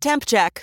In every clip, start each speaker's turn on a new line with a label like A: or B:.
A: Temp check.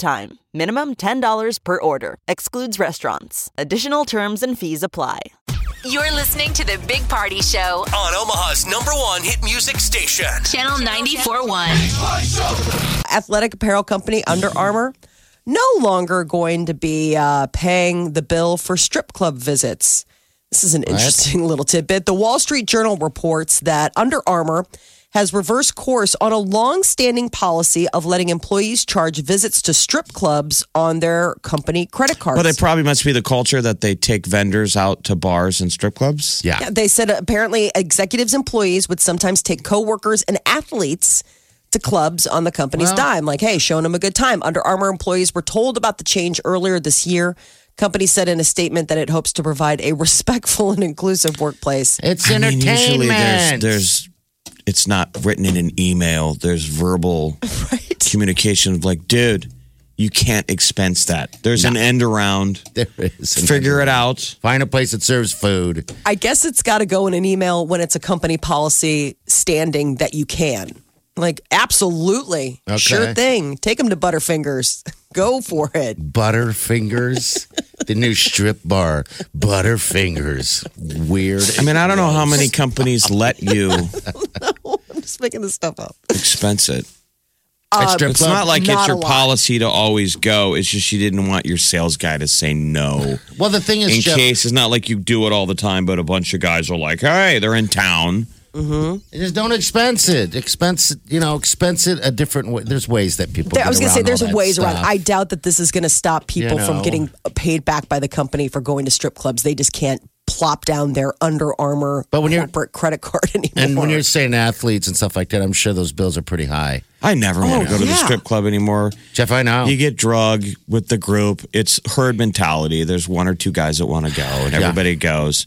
A: time. Minimum $10 per order. Excludes restaurants. Additional terms and fees apply.
B: You're listening to the Big Party Show,
C: on Omaha's number one hit music station.
B: Channel 941.
D: athletic apparel company Under Armour no longer going to be uh, paying the bill for strip club visits. This is an interesting little tidbit. The Wall Street Journal reports that Under Armour has reversed course on a long-standing policy of letting employees charge visits to strip clubs on their company credit cards.
E: But it probably must be the culture that they take vendors out to bars and strip clubs.
F: Yeah.
D: Yeah, they said apparently executives employees would sometimes take coworkers and athletes to clubs on the company's dime like hey showing them a good time under armor employees were told about the change earlier this year company said in a statement that it hopes to provide a respectful and inclusive workplace
F: It's
E: I mean,
F: entertainment.
E: usually there's, there's, it's not written in an email. There's verbal
D: right
E: communication of like, dude, you can't expense that. There's an end around.
F: There is.
E: Figure it out.
F: Find a place that serves food.
D: i guess it's got to go in an email when it's a company policy standing that you can like absolutely
F: Okay.
D: sure thing take them to butterfingers go for it
F: Butterfingers, the new strip bar. Butterfingers. Weird.
E: I mean, I don't know how many companies let you
D: i'm just making this stuff up
E: expense it.
F: At strip
E: It's
F: club?
E: not like
D: Not
E: it's your
D: a lot.
E: policy to always go. It's just you didn't want your sales guy to say no.
F: well, the thing is,
E: In
F: Jeff,
E: case it's not like you do it all the time, but a bunch of guys are like, "Hey, they're in town."
F: just don't expense it. Expense, you know, expense it a different way. There's ways that people.
D: There, I
F: get
D: was going to say
F: around
D: there's
F: all that
D: ways around.
F: stuff.
D: I doubt that this is going to stop people
F: You
D: from
F: know.
D: getting paid back by the company for going to strip clubs. They just can't plop down their Under Armour
F: But when you're-
D: corporate credit card anymore.
F: And when you're saying athletes and stuff like that, I'm sure those bills are pretty high.
E: I never want to go to the
D: yeah.
E: strip club anymore.
F: Jeff, I know.
E: You get drug with the group. It's herd mentality. There's one or two guys that want to go, and
F: Yeah.
E: everybody goes.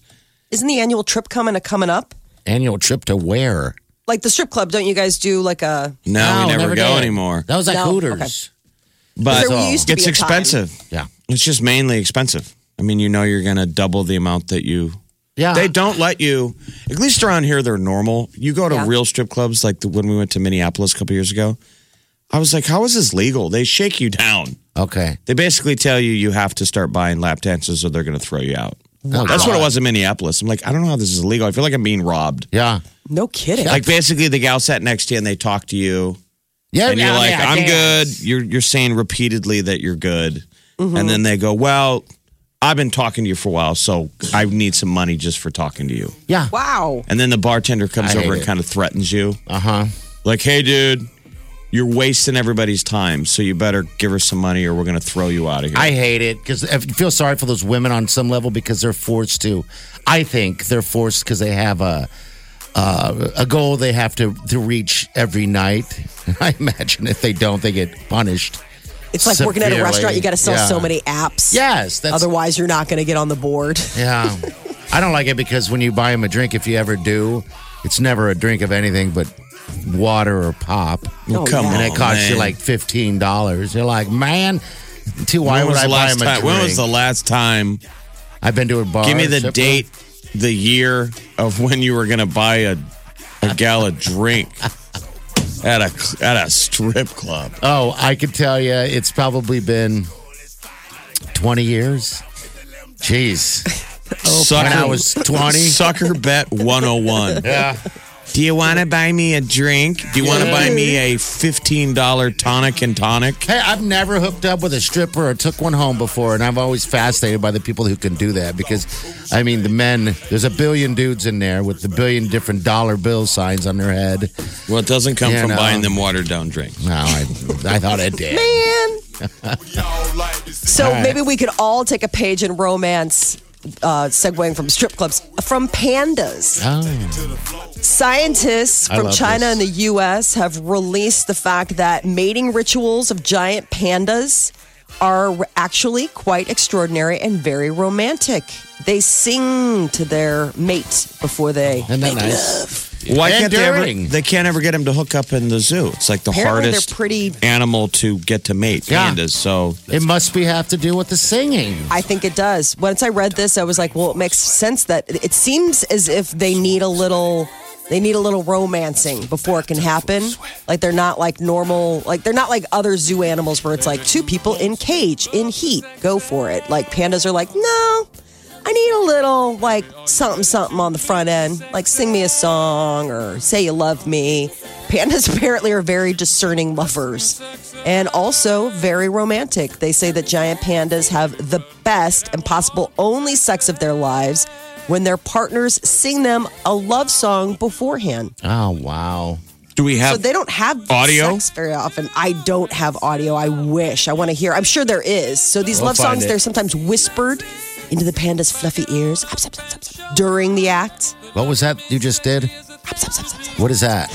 D: isn't the annual trip coming coming up?
F: Annual trip to where?
D: Like the strip club, don't you guys do like a?
E: No, we never, go
F: did.
E: anymore.
F: That was like
D: No,
F: Hooters.
E: But
D: There used to be
E: it's
D: a time.
E: expensive.
F: Yeah.
E: It's just mainly expensive. I mean, you know, you're going to double the amount that you.
F: Yeah.
E: They don't let you. At least around here, they're normal. You go to
D: Yeah.
E: real strip clubs, like the, when we went to Minneapolis a couple years ago. I was like, "How is this legal?" They shake you down.
F: Okay.
E: They basically tell you you have to start buying lap dances, or they're going to throw you out.
F: Oh,
E: That's what
F: God.
E: it was in Minneapolis. I'm like, I don't know how this is illegal. I feel like I'm being robbed.
F: Yeah.
D: No kidding.
E: Like basically, the gal sat next to you and they talk to you,
F: Yeah.
E: and you're
F: Oh, yeah,
E: like,
F: yeah,
E: "I'm
F: yeah.
E: good." You're you're saying repeatedly that you're good,
F: Mm-hmm.
E: and then they go, "Well, I've been talking to you for a while, so I need some money just for talking to you."
F: Yeah.
D: wow.
E: And then the bartender comes
F: I hate
E: over and
F: it.
E: kind of threatens you,
F: Uh huh.
E: like, "Hey, dude." You're wasting everybody's time, so you better give her some money, or we're going to throw you out of here.
F: I hate it because I feel sorry for those women on some level because they're forced to. I think they're forced because they have a uh, a goal they have to to reach every night. I imagine if they don't, they get punished.
D: It's like working at a
F: Severely.
D: restaurant. You got to sell
F: Yeah.
D: so many apps.
F: Yes, that's
D: Otherwise, you're not going to get on the board.
F: yeah. I don't like it because when you buy them a drink, if you ever do, it's never a drink of anything but water or pop.
E: Well, come
D: yeah.
E: on,
F: and it costs you
E: Oh, man.
F: like fifteen dollars. You're like, man, too. Why
E: When
F: would
E: was
F: I
E: the
F: buy
E: last
F: him a
E: time?
F: drink?
E: When was the last time?
F: I've been to a bar.
E: Give me the
F: strip club.
E: date, the year of when you were going to buy a a gal a drink at a at a strip club.
F: Oh, I could tell you, it's probably been 20 years. Jeez.
E: sucker,
F: when I was 20.
E: Sucker bet 101.
F: Yeah.
E: Do you want to buy me a drink? Do you want to buy me a $15 tonic and tonic?
F: Hey, I've never hooked up with a stripper or took one home before, and I'm always fascinated by the people who can do that because, I mean, the men, there's a billion dudes in there with a billion different dollar bill signs on their head.
E: Well, it doesn't come
F: You
E: from
F: know.
E: buying them watered down drinks.
F: No, I, I thought it did.
D: Man. So
F: All right.
D: maybe we could all take a page in romance uh, segueing from strip clubs, from pandas.
F: Oh.
D: Scientists
F: I
D: from
F: love
D: China
F: this.
D: and the US have released the fact that mating rituals of giant pandas are actually quite extraordinary and very romantic. They sing to their mate before they
F: Isn't
D: make
F: that nice?
D: love.
E: Why can't they ever?
F: Enduring.
E: They can't ever get him to hook up in the zoo. It's like the
D: Apparently they're
E: hardest
D: pretty-
E: animal to get to mate
F: Yeah.
E: pandas. So
F: It must be have to do with the singing.
D: I think it does. Once I read this, I was like, well, it makes sense that it seems as if they need a little they need a little romancing before it can happen. Like they're not like normal, like they're not like other zoo animals where it's like two people in cage in heat, go for it. Like pandas are like, "No, I need a little like something something on the front end, like sing me a song or say you love me." Pandas apparently are very discerning lovers and also very romantic. They say that giant pandas have the best and possible only sex of their lives when their partners sing them a love song beforehand.
F: Oh, wow.
E: do we
D: So
E: have?
D: they don't have
E: Audio?
D: sex very often. I don't have audio. I wish. I want to hear. I'm sure there is. So these
E: We'll
D: love
E: find
D: songs,
E: it.
D: they're sometimes whispered into the panda's fluffy ears up, up, up, up, up, during the act.
F: What was that you just did?
D: Up, up, up, up, up.
F: What is that?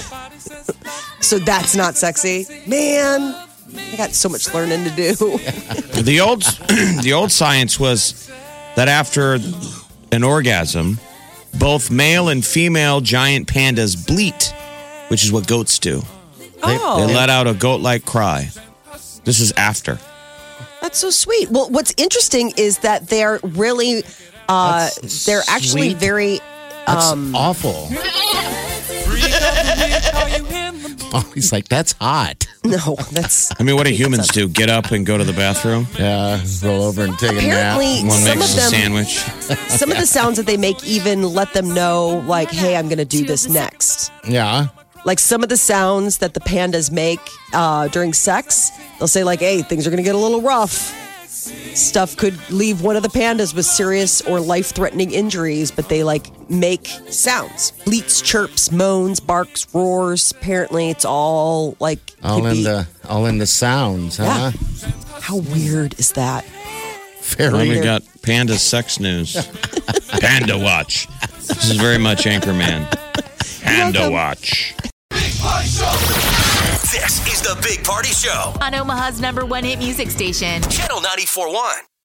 D: So that's not sexy. Man, I got so much learning to do.
E: the old the old science was that after an orgasm, both male and female giant pandas bleat, which is what goats do. They
D: Oh,
E: let out a goat-like cry. This is after.
D: That's so sweet. Well, what's interesting is that they're really, uh,
F: That's
D: they're actually
F: sweet.
D: very.
F: That's
D: Um,
F: awful. Oh, he's like, that's hot.
D: No, that's
E: I mean, what do humans do? Get up and go to the bathroom?
F: Yeah, roll over and take
D: Apparently-
F: a nap.
E: One
D: Some
E: makes
D: of
E: a
D: them-
E: sandwich.
D: some of the sounds that they make. Even let them know, like, hey, I'm going to do this next.
F: Yeah.
D: Like some of the sounds that the pandas make uh, during sex, they'll say like, hey, things are going to get a little rough. Stuff could leave one of the pandas with serious or life-threatening injuries, but they like make sounds, bleats, chirps, moans, barks, roars. Apparently, it's all like
F: All
D: could
F: in
D: be-
F: the all in the sounds, huh?
D: Yeah. How weird is that?
E: Then we
F: Very.
E: got panda sex news. panda watch. This is very much Anchorman. Panda watch.
C: This is the Big Party Show,
B: On Omaha's number one hit music station.
C: Channel 941.